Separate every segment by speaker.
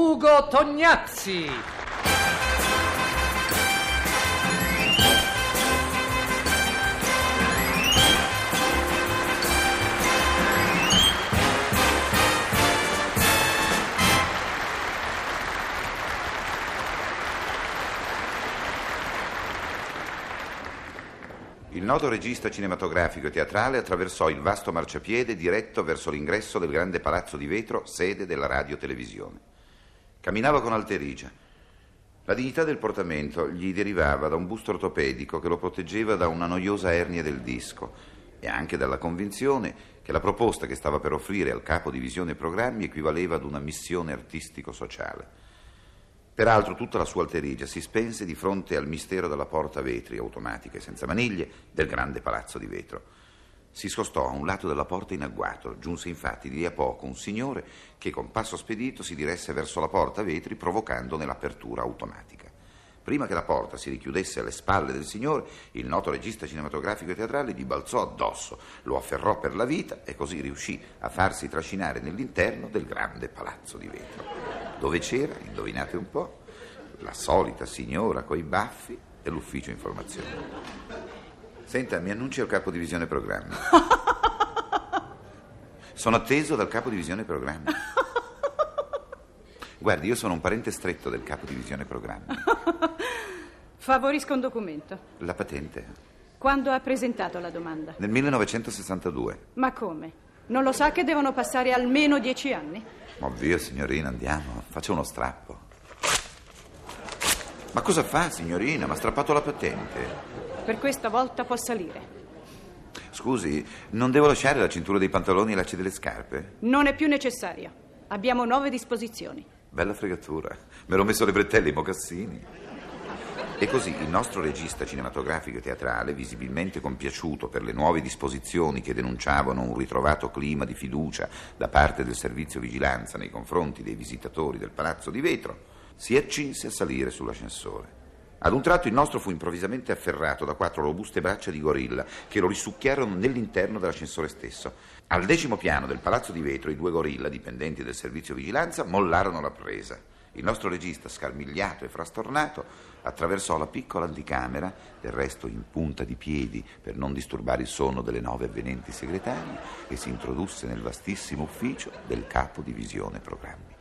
Speaker 1: Ugo Tognazzi.
Speaker 2: Il noto regista cinematografico e teatrale attraversò il vasto marciapiede diretto verso l'ingresso del grande palazzo di vetro, sede della radiotelevisione. Camminava con alterigia. La dignità del portamento gli derivava da un busto ortopedico che lo proteggeva da una noiosa ernia del disco e anche dalla convinzione che la proposta che stava per offrire al capo divisione programmi equivaleva ad una missione artistico-sociale. Peraltro tutta la sua alterigia si spense di fronte al mistero della porta a vetri automatica e senza maniglie del grande palazzo di vetro. Si scostò a un lato della porta in agguato, giunse infatti di lì a poco un signore che con passo spedito si diresse verso la porta a vetri provocandone l'apertura automatica. Prima che la porta si richiudesse alle spalle del signore, il noto regista cinematografico e teatrale gli balzò addosso, lo afferrò per la vita e così riuscì a farsi trascinare nell'interno del grande palazzo di vetro, dove c'era, indovinate un po', la solita signora coi baffi e l'ufficio informazione. Senta, mi annunci al capo divisione programmi. Sono atteso dal capo divisione programmi. Guardi, io sono un parente stretto del capo divisione programmi.
Speaker 3: Favorisco un documento.
Speaker 2: La patente.
Speaker 3: Quando ha presentato la domanda?
Speaker 2: Nel 1962.
Speaker 3: Ma come? Non lo sa che devono passare almeno dieci anni?
Speaker 2: Ma via, signorina, andiamo. Faccia uno strappo. Ma cosa fa, signorina? Ma ha strappato la patente.
Speaker 3: Per questa volta può salire.
Speaker 2: Scusi, non devo lasciare la cintura dei pantaloni e i lacci delle scarpe?
Speaker 3: Non è più necessario. Abbiamo nove disposizioni.
Speaker 2: Bella fregatura. Me l'ho messo le bretelle e i mocassini. E così il nostro regista cinematografico e teatrale, visibilmente compiaciuto per le nuove disposizioni che denunciavano un ritrovato clima di fiducia da parte del servizio vigilanza nei confronti dei visitatori del palazzo di vetro, si accinse a salire sull'ascensore. Ad un tratto il nostro fu improvvisamente afferrato da quattro robuste braccia di gorilla che lo risucchiarono nell'interno dell'ascensore stesso. Al decimo piano del palazzo di vetro i due gorilla, dipendenti del servizio vigilanza, mollarono la presa. Il nostro regista, scarmigliato e frastornato, attraversò la piccola anticamera, del resto in punta di piedi per non disturbare il sonno delle nove avvenenti segretarie, e si introdusse nel vastissimo ufficio del capo divisione programmi.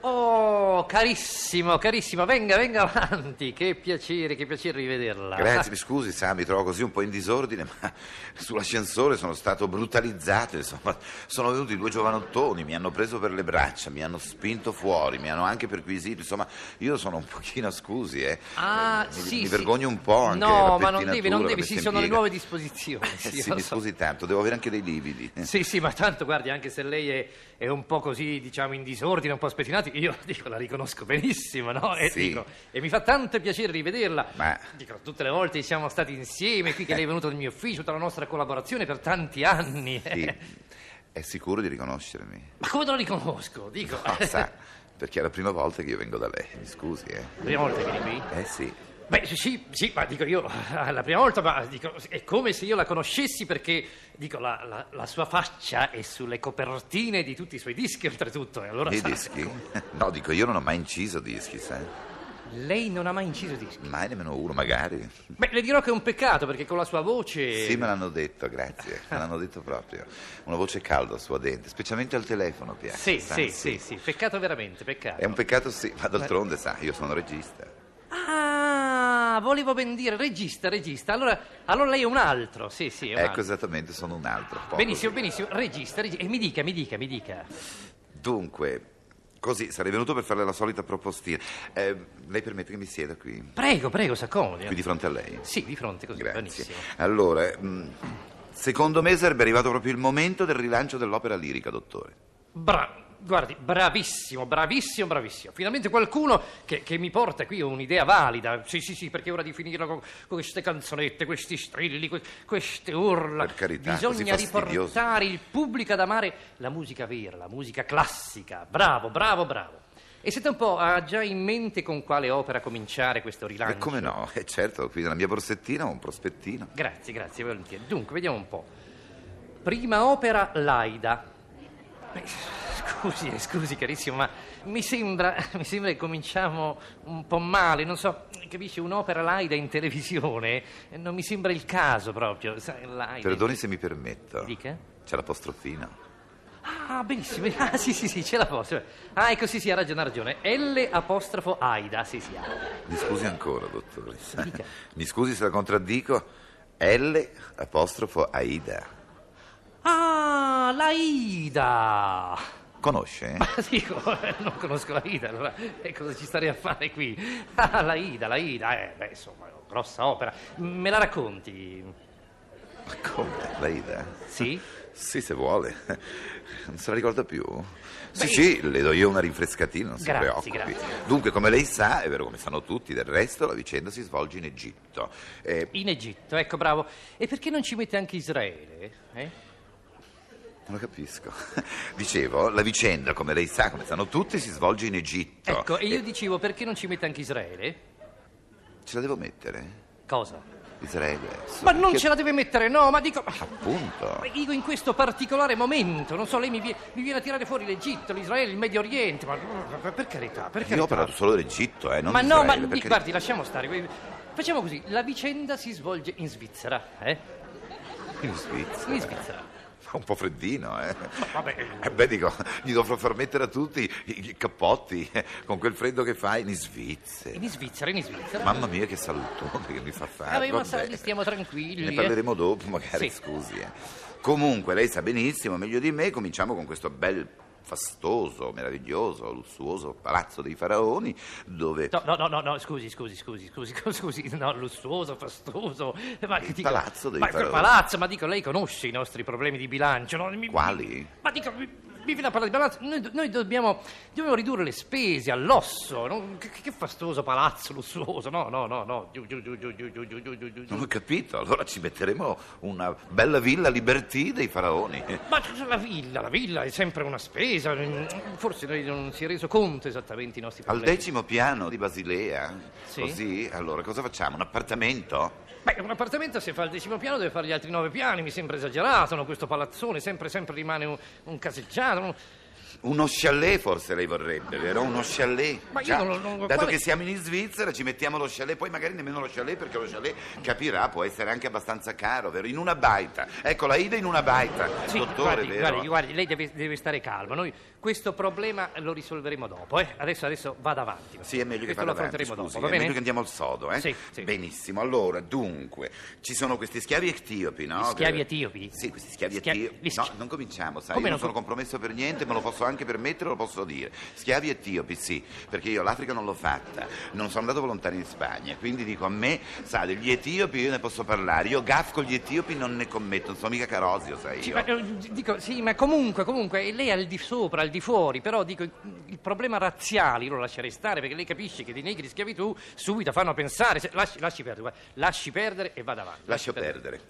Speaker 1: Oh, carissimo, carissimo, venga, venga avanti. Che piacere, che piacere rivederla.
Speaker 2: Grazie, mi scusi, sa, mi trovo così un po' in disordine, ma sull'ascensore sono stato brutalizzato, insomma. Sono venuti due giovanottoni, mi hanno preso per le braccia, mi hanno spinto fuori, mi hanno anche perquisito, insomma, io sono un pochino, scusi, eh.
Speaker 1: Ah,
Speaker 2: Eh, mi,
Speaker 1: sì.
Speaker 2: mi
Speaker 1: sì.
Speaker 2: vergogno un po' anche
Speaker 1: No,
Speaker 2: la
Speaker 1: ma non devi, non
Speaker 2: pettinatura,
Speaker 1: devi,
Speaker 2: la
Speaker 1: sì,
Speaker 2: messa in
Speaker 1: sono le
Speaker 2: piega.
Speaker 1: nuove disposizioni.
Speaker 2: Eh,
Speaker 1: sì,
Speaker 2: sì,
Speaker 1: lo
Speaker 2: mi
Speaker 1: so.
Speaker 2: scusi tanto, devo avere anche dei lividi.
Speaker 1: Sì, sì, ma tanto, guardi, anche se lei è, è un po' così, diciamo, in disordine, un po' spettinato, io dico, la riconosco benissimo, no? E,
Speaker 2: Sì.
Speaker 1: dico, e mi fa tanto piacere rivederla.
Speaker 2: Ma-
Speaker 1: Dico, tutte le volte che siamo stati insieme qui, che lei è venuto nel mio ufficio, tutta la nostra collaborazione per tanti anni.
Speaker 2: Sì, è sicuro di riconoscermi?
Speaker 1: Ma come non la riconosco? Dico, eh.
Speaker 2: No, sa, perché è la prima volta che io vengo da lei, mi scusi, eh.
Speaker 1: prima volta che vieni qui?
Speaker 2: Eh sì.
Speaker 1: Beh, sì, sì, sì, ma dico io, eh, la prima volta, ma dico, è come se io la conoscessi perché, dico, la, la- la sua faccia è sulle copertine di tutti i suoi dischi, oltretutto. E allora,
Speaker 2: Dei
Speaker 1: sa,
Speaker 2: dischi? No, dico, io non ho mai inciso dischi, sa.
Speaker 1: lei non ha mai inciso dischi.
Speaker 2: Mai nemmeno uno, magari.
Speaker 1: Beh, le dirò che è un peccato perché con la sua voce...
Speaker 2: Sì, me l'hanno detto, grazie. Me l'hanno detto proprio. Una voce calda, suadente, specialmente al telefono, piace.
Speaker 1: sì,
Speaker 2: sa,
Speaker 1: sì, sì, Eh. sì, peccato veramente, peccato.
Speaker 2: È un peccato, sì, ma d'altronde, sa, io sono regista.
Speaker 1: Ah, volevo ben dire, regista, regista, allora, allora lei è un altro, sì, sì, è un
Speaker 2: Ecco,
Speaker 1: altro.
Speaker 2: esattamente, sono un altro. un po'
Speaker 1: Benissimo,
Speaker 2: così.
Speaker 1: benissimo, regista, regista, e mi dica, mi dica, mi dica.
Speaker 2: Dunque, così, sarei venuto per farle la solita propostina. Eh, lei permette che mi sieda qui?
Speaker 1: Prego, prego, s'accomodi.
Speaker 2: Qui di fronte a lei?
Speaker 1: Sì, di fronte così,
Speaker 2: Grazie.
Speaker 1: benissimo.
Speaker 2: Allora, mh, secondo me sarebbe arrivato proprio il momento del rilancio dell'opera lirica, dottore.
Speaker 1: Bra- guardi, bravissimo, bravissimo, bravissimo. Finalmente qualcuno che, che mi porta qui un'idea valida. Sì, sì, sì, perché è ora di finirla con queste canzonette, questi strilli, que- queste urla.
Speaker 2: Per carità, così
Speaker 1: Bisogna
Speaker 2: fastidioso.
Speaker 1: riportare il pubblico ad amare la musica vera, la musica classica. Bravo, bravo, bravo. E senta un po', ha già in mente con quale opera cominciare questo rilancio?
Speaker 2: E come no? Eh, certo, qui nella mia borsettina ho un prospettino.
Speaker 1: Grazie, grazie, volentieri. Dunque, vediamo un po'. Prima opera, Laida. Beh, Scusi, eh, scusi, carissimo, ma mi sembra, mi sembra che cominciamo un po' male, non so, capisci, un'opera laida in televisione eh, non mi sembra il caso proprio, sai, laida.
Speaker 2: Perdoni se mi permetto.
Speaker 1: Dica.
Speaker 2: C'è l'apostrofino.
Speaker 1: Ah, benissimo, ah sì sì sì, ce la posso. Ah, ecco sì sì, ha ragione, ha ragione. L apostrofo Aida, sì sì. Aida.
Speaker 2: Mi scusi ancora, dottoressa.
Speaker 1: Dica.
Speaker 2: Mi scusi se la contraddico. L apostrofo Aida.
Speaker 1: Ah, l'Aida!
Speaker 2: Conosce?
Speaker 1: Ma dico, eh, non conosco la Ida, allora eh, cosa ci starei a fare qui? Ah, la Ida, la Ida, eh, beh, insomma, grossa opera. Me la racconti?
Speaker 2: Ma come? L'Aida?
Speaker 1: Sì?
Speaker 2: Sì, se vuole. Non se la ricorda più? Sì, sì, le do io una rinfrescatina, non si
Speaker 1: Grazie,
Speaker 2: preoccupi.
Speaker 1: grazie.
Speaker 2: Dunque, come lei sa, è vero come sanno tutti, del resto la vicenda si svolge in Egitto. Eh,
Speaker 1: In Egitto, ecco, bravo. E perché non ci mette anche Israele? eh?
Speaker 2: non lo capisco. Dicevo, la vicenda, come lei sa, come sanno tutti, si svolge in Egitto.
Speaker 1: Ecco, e io dicevo, perché non ci mette anche Israele?
Speaker 2: Ce la devo mettere?
Speaker 1: Cosa?
Speaker 2: Israele.
Speaker 1: Ma non
Speaker 2: Perché-
Speaker 1: ce la deve mettere, no, ma dico...
Speaker 2: Appunto.
Speaker 1: Ma Dico in questo particolare momento, non so, lei mi, vie- mi viene a tirare fuori l'Egitto, l'Israele, il Medio Oriente, ma ma per carità, per carità.
Speaker 2: Io ho parlato solo dell'Egitto, eh, non
Speaker 1: ma
Speaker 2: di
Speaker 1: no, ma
Speaker 2: Israele, perché-
Speaker 1: guardi, lasciamo stare. Facciamo così, la vicenda si svolge in Svizzera, eh?
Speaker 2: In Svizzera.
Speaker 1: In Svizzera.
Speaker 2: Fa Un po' freddino, eh.
Speaker 1: Vabbè.
Speaker 2: Eh beh, dico, gli dovrò far mettere a tutti i i cappotti eh, con quel freddo che fa in Svizzera.
Speaker 1: In Svizzera, in Svizzera.
Speaker 2: Mamma mia, che salutone che mi fa fare.
Speaker 1: Vabbè, ma
Speaker 2: vabbè.
Speaker 1: sa- stiamo tranquilli.
Speaker 2: Ne
Speaker 1: eh.
Speaker 2: parleremo dopo, magari,
Speaker 1: Sì.
Speaker 2: scusi. eh. Comunque, lei sa benissimo, meglio di me, cominciamo con questo bel fastoso, meraviglioso, lussuoso palazzo dei faraoni, dove...
Speaker 1: No, no, no, no, no, scusi, scusi, scusi, scusi, scusi, no, lussuoso, fastoso. Ma che dico,
Speaker 2: palazzo dei
Speaker 1: Ma quel
Speaker 2: faraoni.
Speaker 1: palazzo, ma dico, lei conosce i nostri problemi di bilancio, no? Mi-
Speaker 2: Quali?
Speaker 1: Ma dico, mi, mi viene a parlare di palazzo, noi, noi dobbiamo, dobbiamo ridurre le spese all'osso, no? che, che fastoso palazzo lussuoso, no, no, no, no, giù, giù, giù, giù, giù, giù, giù, giù, giù, giù.
Speaker 2: Non ho capito, allora ci metteremo una bella villa libertì dei faraoni.
Speaker 1: Ma la villa, la villa è sempre una spesa, mm, forse lei non si è reso conto esattamente i nostri
Speaker 2: Al
Speaker 1: problemi.
Speaker 2: decimo piano di Basilea?
Speaker 1: Sì.
Speaker 2: Così? Allora, cosa facciamo? Un appartamento?
Speaker 1: Beh, un appartamento se fa il decimo piano deve fare gli altri nove piani, mi sembra esagerato, no? Questo palazzone sempre, sempre rimane un, un caseggiato. no?
Speaker 2: Uno chalet forse lei vorrebbe, vero? Uno chalet.
Speaker 1: Ma io
Speaker 2: Già,
Speaker 1: non lo- non-
Speaker 2: Dato
Speaker 1: quale-
Speaker 2: che siamo in Svizzera, ci mettiamo lo chalet, poi magari nemmeno lo chalet, perché lo chalet, capirà, può essere anche abbastanza caro, vero? In una baita. Ecco, la Ida in una baita.
Speaker 1: Sì,
Speaker 2: Dottore,
Speaker 1: guardi,
Speaker 2: vero?
Speaker 1: guardi, guardi, lei deve, deve stare calma, noi questo problema lo risolveremo dopo, eh? Adesso, adesso vada avanti.
Speaker 2: Sì, è meglio che
Speaker 1: questo
Speaker 2: vada
Speaker 1: lo
Speaker 2: avanti,
Speaker 1: affronteremo
Speaker 2: scusi,
Speaker 1: dopo, va
Speaker 2: è
Speaker 1: bene?
Speaker 2: meglio che andiamo al sodo, eh?
Speaker 1: Sì, sì.
Speaker 2: Benissimo, allora, dunque, ci sono questi schiavi etiopi, no?
Speaker 1: Gli schiavi etiopi?
Speaker 2: Sì, questi schiavi
Speaker 1: Schia- gli
Speaker 2: etiopi.
Speaker 1: schi-
Speaker 2: No, non cominciamo, sai,
Speaker 1: Come
Speaker 2: io non
Speaker 1: non
Speaker 2: sono
Speaker 1: com-
Speaker 2: compromesso per niente, me lo posso anche permettere, lo posso dire. Schiavi etiopi, sì, perché io l'Africa non l'ho fatta, non sono andato volontario in Spagna, quindi dico a me, sa, degli etiopi io ne posso parlare, io gaff con gli etiopi non ne commetto, non sono mica Carosio, sai
Speaker 1: Sì,
Speaker 2: io.
Speaker 1: ma, eh, dico, sì, ma comunque, comunque, eh, lei è al di sopra, al di fuori, però dico, il- il problema razziale io lo lascerei stare perché lei capisce che dei negri in schiavitù subito fanno pensare, se- lasci, lasci perdere, guarda, lasci perdere e vada avanti.
Speaker 2: Lascio perdere.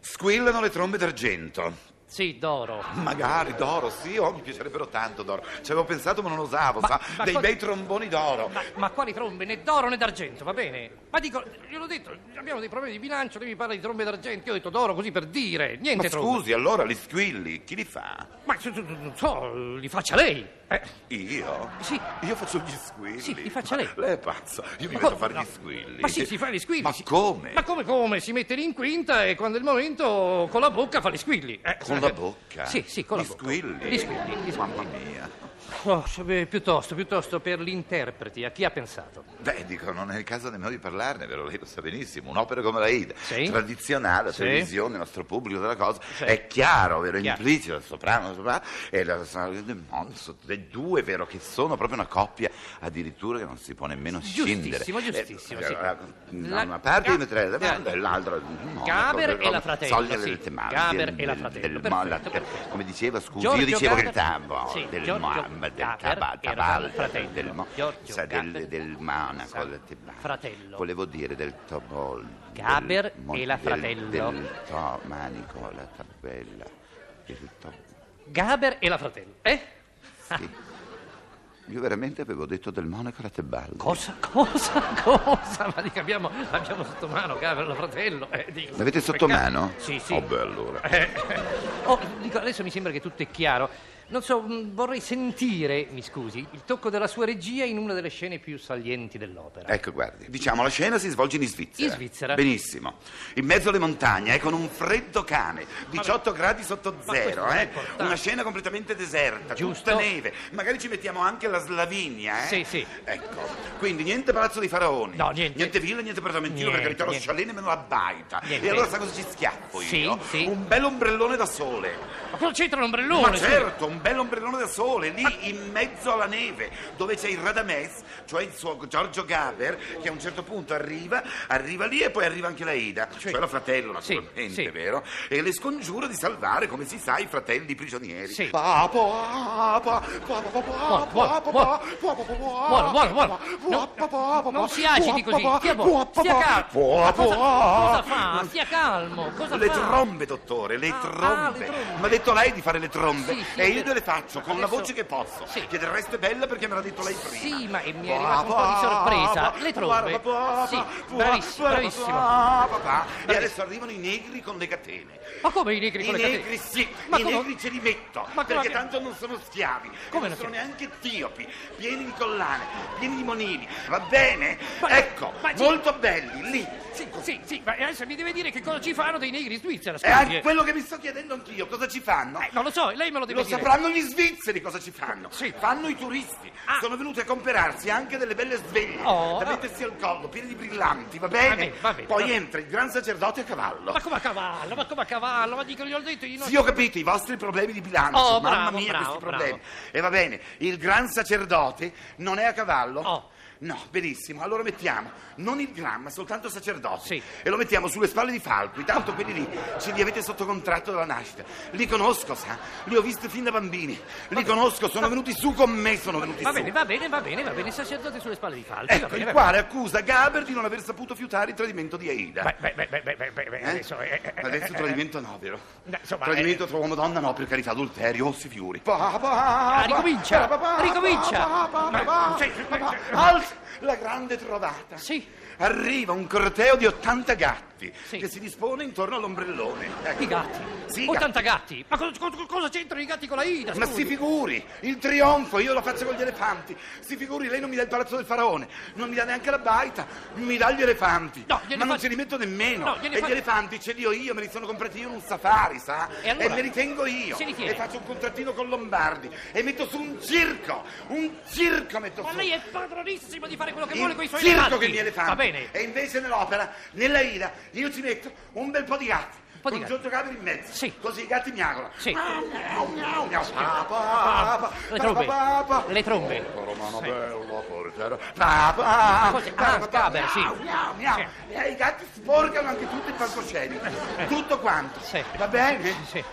Speaker 2: Squillano le trombe d'argento.
Speaker 1: Sì, d'oro.
Speaker 2: Magari d'oro, sì, oh, mi piacerebbero tanto d'oro. Ci avevo pensato ma non osavo,
Speaker 1: Ma-
Speaker 2: sa,
Speaker 1: ma
Speaker 2: dei
Speaker 1: cosa-
Speaker 2: bei tromboni d'oro.
Speaker 1: Ma, ma quali trombe? Né d'oro né d'argento, va bene? Ma dico, gliel'ho detto, abbiamo dei problemi di bilancio, lei mi parla di trombe d'argento, io ho detto d'oro così per dire, niente
Speaker 2: Ma
Speaker 1: trombe.
Speaker 2: scusi, allora gli squilli, chi li fa?
Speaker 1: Ma se- se- se- non so, li faccia lei. Eh,
Speaker 2: Io?
Speaker 1: Sì.
Speaker 2: Io faccio gli squilli.
Speaker 1: Sì, li faccia
Speaker 2: Ma
Speaker 1: lei.
Speaker 2: Lei è pazza, io mi
Speaker 1: Ma
Speaker 2: metto a
Speaker 1: come
Speaker 2: fare
Speaker 1: no?
Speaker 2: gli squilli.
Speaker 1: Ma sì, si fa gli squilli.
Speaker 2: Ma
Speaker 1: si-
Speaker 2: come?
Speaker 1: Ma come come? Si mette lì in quinta e quando è il momento con la bocca fa gli squilli. Eh,
Speaker 2: Con la bocca?
Speaker 1: Sì, sì, con
Speaker 2: gli
Speaker 1: la bocca.
Speaker 2: Squilli.
Speaker 1: Gli squilli, gli squilli.
Speaker 2: Mamma mia.
Speaker 1: Oh, se- beh, piuttosto, piuttosto per gli interpreti, a chi ha pensato?
Speaker 2: Beh, dico, non è il caso nemmeno di parlarne, vero? Lei lo sa benissimo. Un'opera come la Ida,
Speaker 1: Sì.
Speaker 2: tradizionale, la
Speaker 1: Sì.
Speaker 2: televisione, il nostro pubblico della cosa, è chiaro, vero?
Speaker 1: Chiaro.
Speaker 2: Implicito, il soprano, il soprano, e la Monso, le due, vero? Che sono proprio una coppia addirittura che non si può nemmeno scindere. Eh,
Speaker 1: Giustissimo, giustissimo, sì.
Speaker 2: allora, Da
Speaker 1: La-
Speaker 2: una parte io
Speaker 1: Ga-
Speaker 2: metterei la domanda,
Speaker 1: Ga-
Speaker 2: e l'altra. no,
Speaker 1: Gaber
Speaker 2: proprio-
Speaker 1: e la Fratello,
Speaker 2: Soglia
Speaker 1: sì.
Speaker 2: del temante,
Speaker 1: Gaber
Speaker 2: del-
Speaker 1: e la
Speaker 2: del-
Speaker 1: Fratello,
Speaker 2: del- ma- la-
Speaker 1: perfetto,
Speaker 2: Come diceva, scusi,
Speaker 1: Giorgio
Speaker 2: io dicevo che il
Speaker 1: Gaber-
Speaker 2: tambo,
Speaker 1: sì,
Speaker 2: del
Speaker 1: Giorgio
Speaker 2: Mohammed, del
Speaker 1: Gaber
Speaker 2: Taba-
Speaker 1: era
Speaker 2: Tabal,
Speaker 1: fratello.
Speaker 2: del Mo-
Speaker 1: Giorgio
Speaker 2: sa, del-
Speaker 1: Gaber-
Speaker 2: del Monaco,
Speaker 1: Sa-
Speaker 2: del Tebano.
Speaker 1: Fratello.
Speaker 2: Volevo dire del Tobol.
Speaker 1: Gaber
Speaker 2: del Mon-
Speaker 1: e la
Speaker 2: del-
Speaker 1: Fratello.
Speaker 2: Del to, manico, la tabella. Il to,
Speaker 1: Gaber e la fratello. Eh?
Speaker 2: sì. Io veramente avevo detto del Monaco la Tebaldo.
Speaker 1: Cosa, cosa, cosa? Ma dica, abbiamo, abbiamo sotto mano Gaber, la fratello. Eh, dico,
Speaker 2: L'avete sotto
Speaker 1: peccato.
Speaker 2: mano?
Speaker 1: Sì, sì.
Speaker 2: Oh, beh, allora.
Speaker 1: Eh, oh, dico, adesso mi sembra che tutto è chiaro. Non so, mh, vorrei sentire, mi scusi, il tocco della sua regia in una delle scene più salienti dell'opera.
Speaker 2: Ecco, guardi, diciamo la scena si svolge in Svizzera.
Speaker 1: In Svizzera.
Speaker 2: Benissimo. In mezzo alle montagne, eh, con un freddo cane, 18 gradi sotto
Speaker 1: questo
Speaker 2: zero,
Speaker 1: non è
Speaker 2: eh.
Speaker 1: importante.
Speaker 2: Una scena completamente deserta,
Speaker 1: Giusto.
Speaker 2: tutta neve. Magari ci mettiamo anche la Slavinia, eh.
Speaker 1: Sì, sì.
Speaker 2: Ecco. Quindi niente palazzo dei faraoni.
Speaker 1: No, niente.
Speaker 2: villa, niente appartamentino,
Speaker 1: Niente,
Speaker 2: per carità, lo
Speaker 1: niente.
Speaker 2: scialene me lo abbaita.
Speaker 1: Niente.
Speaker 2: E allora sa cosa ci schiaffo
Speaker 1: Sì,
Speaker 2: io?
Speaker 1: sì.
Speaker 2: Un bel ombrellone da sole.
Speaker 1: Ma cosa c'entra l'ombrellone?
Speaker 2: Ma
Speaker 1: sì?
Speaker 2: certo, un bel ombrellone da sole, lì in mezzo alla neve, dove c'è il Radames, cioè il suo Giorgio Gaber, che a un certo punto arriva, arriva lì e poi arriva anche la Ida, cioè la fratello
Speaker 1: Sì,
Speaker 2: naturalmente,
Speaker 1: sì.
Speaker 2: vero? E le scongiura di salvare, come si sa, i fratelli prigionieri.
Speaker 1: Sì. Buono, buono, buono. No, non si agiti così, stia buono, stia calmo. Ma cosa, cosa fa? Stia calmo, cosa
Speaker 2: Le
Speaker 1: fa?
Speaker 2: trombe, dottore, le
Speaker 1: Ah, ah, le
Speaker 2: trombe.
Speaker 1: trombe.
Speaker 2: Mi ha detto lei di fare le trombe
Speaker 1: Sì, sì,
Speaker 2: e
Speaker 1: le-
Speaker 2: io le faccio con la
Speaker 1: Adesso-
Speaker 2: voce che posso.
Speaker 1: Sì.
Speaker 2: Che del resto è bella perché me l'ha detto lei prima.
Speaker 1: Sì, ma e mi è arrivata un po' di
Speaker 2: Ah,
Speaker 1: sorpresa. Le trombe. Sì, bravissimo, bravissimo.
Speaker 2: E adesso arrivano i negri con le catene.
Speaker 1: Ma come i negri
Speaker 2: I
Speaker 1: con le
Speaker 2: negri
Speaker 1: catene?
Speaker 2: sì,
Speaker 1: Ma
Speaker 2: i
Speaker 1: come-
Speaker 2: negri ce li metto,
Speaker 1: Ma come
Speaker 2: perché
Speaker 1: che-
Speaker 2: tanto non sono schiavi, e
Speaker 1: Come
Speaker 2: non
Speaker 1: non
Speaker 2: sono
Speaker 1: schiavi?
Speaker 2: neanche etiopi, pieni di collane, pieni di monili, va bene?
Speaker 1: Ma-
Speaker 2: ecco,
Speaker 1: ma ci-
Speaker 2: molto belli, lì.
Speaker 1: Sì, sì, sì, ma adesso mi deve dire che cosa ci fanno dei negri in Svizzera,
Speaker 2: È
Speaker 1: scusi. eh.
Speaker 2: ah, quello che mi sto chiedendo anch'io, cosa ci fanno?
Speaker 1: Eh, non lo so, lei me lo deve
Speaker 2: Lo
Speaker 1: dire.
Speaker 2: sapranno gli svizzeri cosa ci fanno.
Speaker 1: Sì.
Speaker 2: Fanno i turisti.
Speaker 1: Ah.
Speaker 2: Sono venuti a comprarsi anche delle belle sveglie
Speaker 1: Oh,
Speaker 2: da
Speaker 1: ah.
Speaker 2: mettersi al collo, piene di brillanti, va bene?
Speaker 1: Va bene, va bene,
Speaker 2: Poi
Speaker 1: va bene.
Speaker 2: entra il gran sacerdote a cavallo.
Speaker 1: Ma come a cavallo, ma come a cavallo, ma dico, gli ho detto io non...
Speaker 2: Sì, ho capito i vostri problemi di bilancio,
Speaker 1: Oh,
Speaker 2: mamma
Speaker 1: bravo,
Speaker 2: mia
Speaker 1: bravo,
Speaker 2: questi
Speaker 1: bravo.
Speaker 2: problemi. E va bene, il gran sacerdote non è a cavallo?
Speaker 1: Oh.
Speaker 2: No, benissimo, allora mettiamo non il gran, ma soltanto sacerdote.
Speaker 1: Sì.
Speaker 2: E lo mettiamo sulle spalle di Falqui, tanto quelli lì ce li avete sotto contratto dalla nascita. Li conosco, sa, li ho visti fin da bambini, li conosco, sono venuti su con me, sono venuti
Speaker 1: Va
Speaker 2: su.
Speaker 1: bene, va bene, va bene, va bene, sacerdote sulle spalle di Falco. va
Speaker 2: Ecco,
Speaker 1: bene,
Speaker 2: il
Speaker 1: va
Speaker 2: quale accusa Gaber di non aver saputo fiutare il tradimento di Aida.
Speaker 1: bene. Beh, beh, beh, beh, beh, beh, beh,
Speaker 2: Eh?
Speaker 1: adesso... eh, eh, eh,
Speaker 2: Adesso
Speaker 1: eh,
Speaker 2: tradimento no, vero?
Speaker 1: eh, insomma,
Speaker 2: Tradimento tra uomo e donna no, per carità, adulterio, ossi fiori. Pa, pa, pa,
Speaker 1: Ah, ricomincia,
Speaker 2: pa, pa, pa,
Speaker 1: ricomincia.
Speaker 2: pa, pa, pa,
Speaker 1: Ma-
Speaker 2: pa,
Speaker 1: cioè,
Speaker 2: pa, pa.
Speaker 1: ma-
Speaker 2: Alza la grande trovata.
Speaker 1: Sì.
Speaker 2: Arriva un corteo di 80 gatti
Speaker 1: Sì.
Speaker 2: che si dispone intorno all'ombrellone. Ecco.
Speaker 1: I gatti.
Speaker 2: Sì,
Speaker 1: 80 gatti. Ma cosa, cosa- cosa c'entrano i gatti con la Ida?
Speaker 2: ma
Speaker 1: scusi?
Speaker 2: si figuri, il trionfo, io lo faccio con gli elefanti. Si figuri, lei non mi dà il palazzo del faraone, non mi dà neanche la baita, mi dà gli elefanti.
Speaker 1: No, gli
Speaker 2: ma non
Speaker 1: elefanti-
Speaker 2: ce li metto nemmeno.
Speaker 1: No, gli
Speaker 2: E
Speaker 1: elefanti-
Speaker 2: gli elefanti ce li ho io, me li sono comprati io in un safari, sa?
Speaker 1: E allora?
Speaker 2: me li tengo io.
Speaker 1: Se li tiene.
Speaker 2: E faccio un contrattino con Lombardi. E metto su un circo, un circo metto
Speaker 1: Ma
Speaker 2: su.
Speaker 1: lei è padronissimo di fare quello che
Speaker 2: Il
Speaker 1: vuole con i suoi
Speaker 2: circo
Speaker 1: elefanti.
Speaker 2: con gli elefanti.
Speaker 1: Va bene.
Speaker 2: E invece nell'opera, nella ira, io ci metto un bel po' di gatti.
Speaker 1: po' di
Speaker 2: con
Speaker 1: gatti.
Speaker 2: Giorgio Gaber in mezzo.
Speaker 1: Sì.
Speaker 2: Così i gatti miagolano.
Speaker 1: Sì.
Speaker 2: Miau, miau, miau. Pa, pa,
Speaker 1: Ah,
Speaker 2: pa,
Speaker 1: le
Speaker 2: pa,
Speaker 1: trombe.
Speaker 2: pa, pa.
Speaker 1: Le trombe.
Speaker 2: Romano
Speaker 1: Sì.
Speaker 2: bello, portero. Pa, pa,
Speaker 1: Cos'è?
Speaker 2: pa,
Speaker 1: Ah,
Speaker 2: pa,
Speaker 1: Gaber, sì.
Speaker 2: miau, miau, miau.
Speaker 1: Sì.
Speaker 2: E i gatti sporcano anche tutto il palcoscenico. Tutto quanto.
Speaker 1: Sì.
Speaker 2: Va bene?
Speaker 1: Sì.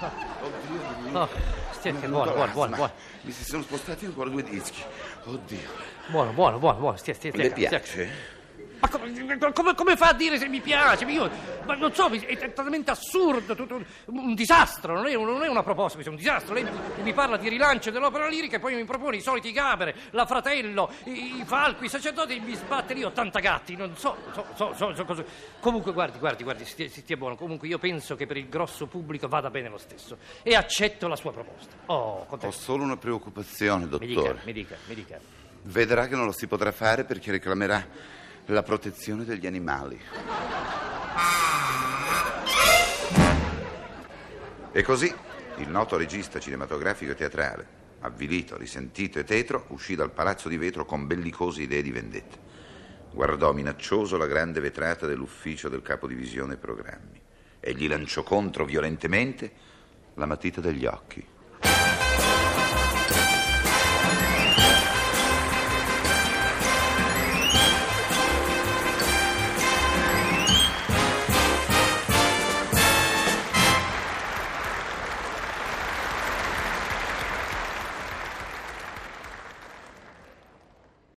Speaker 2: Oddio, mio
Speaker 1: No, stia, stia, buono, buono, buono,
Speaker 2: Ma
Speaker 1: buono.
Speaker 2: Mi si sono spostati ancora due dischi. Oddio.
Speaker 1: Buono, buono, buono, buono. Stia, stia, stia.
Speaker 2: Le
Speaker 1: stia.
Speaker 2: piace?
Speaker 1: Ma come, come- come fa a dire se mi piace? Io, ma non so, è è talmente assurdo, tutto un, un disastro, non è, un- non è una proposta, è un disastro. Lei mi parla di rilancio dell'opera lirica e poi mi propone i soliti gabere, la fratello, i, i falco, i sacerdoti, mi sbatte lì 80 gatti, non so, so, so, so- so cosa... Comunque, guardi, guardi, guardi, stia, stia buono, comunque io penso che per il grosso pubblico vada bene lo stesso e accetto la sua proposta. Oh,
Speaker 2: Ho
Speaker 1: contento.
Speaker 2: solo una preoccupazione,
Speaker 1: Mi dica,
Speaker 2: dottore.
Speaker 1: mi dica, mi dica.
Speaker 2: Vedrà che non lo si potrà fare perché reclamerà la protezione degli animali. E così il noto regista cinematografico e teatrale, avvilito, risentito e tetro, uscì dal palazzo di vetro con bellicose idee di vendetta. Guardò minaccioso la grande vetrata dell'ufficio del capodivisione programmi e gli lanciò contro violentemente la matita degli occhi.